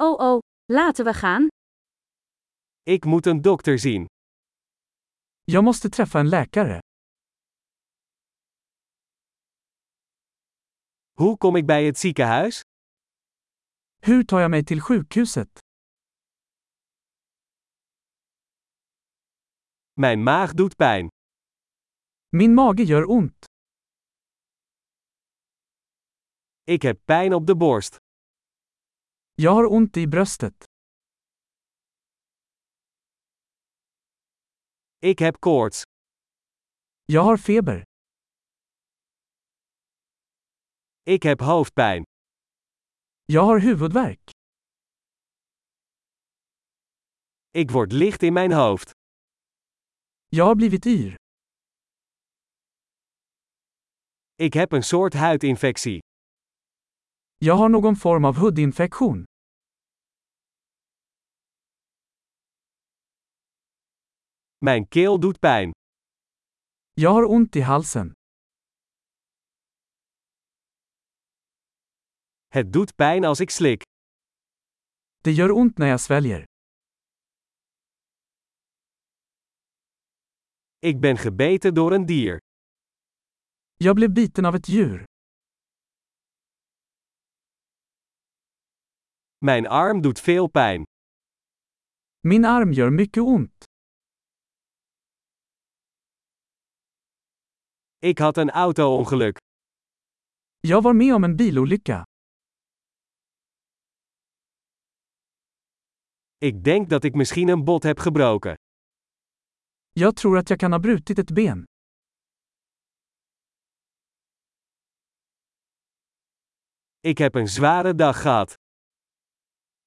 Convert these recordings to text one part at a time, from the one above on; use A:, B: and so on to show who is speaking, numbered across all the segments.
A: Oh oh, laten we gaan.
B: Ik moet een dokter zien.
C: Jag måste träffa en läkare.
B: Hoe kom ik bij het ziekenhuis?
C: Hur tar jag mig till sjukhuset?
B: Mijn maag doet pijn.
C: Min mage gör ont.
B: Ik heb pijn op de borst.
C: Jag har ont i bröstet.
B: Ik heb koorts.
C: Jag har feber.
B: Ik heb hoofdpijn.
C: Jag har huvudvärk.
B: Ik word licht in mijn hoofd.
C: Jag har blivit yr.
B: Ik heb een soort huidinfectie.
C: Jag har någon form av hudinfektion.
B: Mijn keel doet pijn.
C: Jag har ont i halsen.
B: Het doet pijn als ik slik.
C: Det gör ont när jag sväljer.
B: Ik ben gebeten door een dier.
C: Jag blev biten av ett djur.
B: Mijn arm doet veel pijn.
C: Min arm gör mycket ont.
B: Ik had een auto-ongeluk.
C: Jag var med om en bilolycka.
B: Ik denk dat ik misschien een bot heb gebroken.
C: Jag tror att jag kan ha brutit ett ben.
B: Ik heb een zware dag gehad.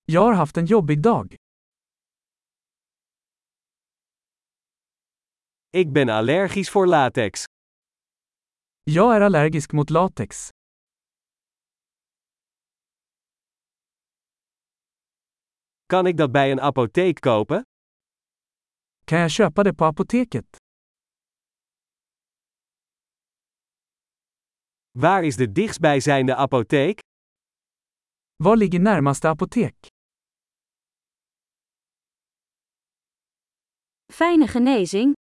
C: Jag har haft en jobbig dag.
B: Ik ben allergisch voor latex.
C: Jag är allergisk mot latex.
B: Kan ik dat bij een apotheek kopen?
C: Kan jag köpa det på apoteket?
B: Waar is de dichtstbijzijnde apotheek?
C: Var ligger närmaste apotek?
A: Fijne genezing.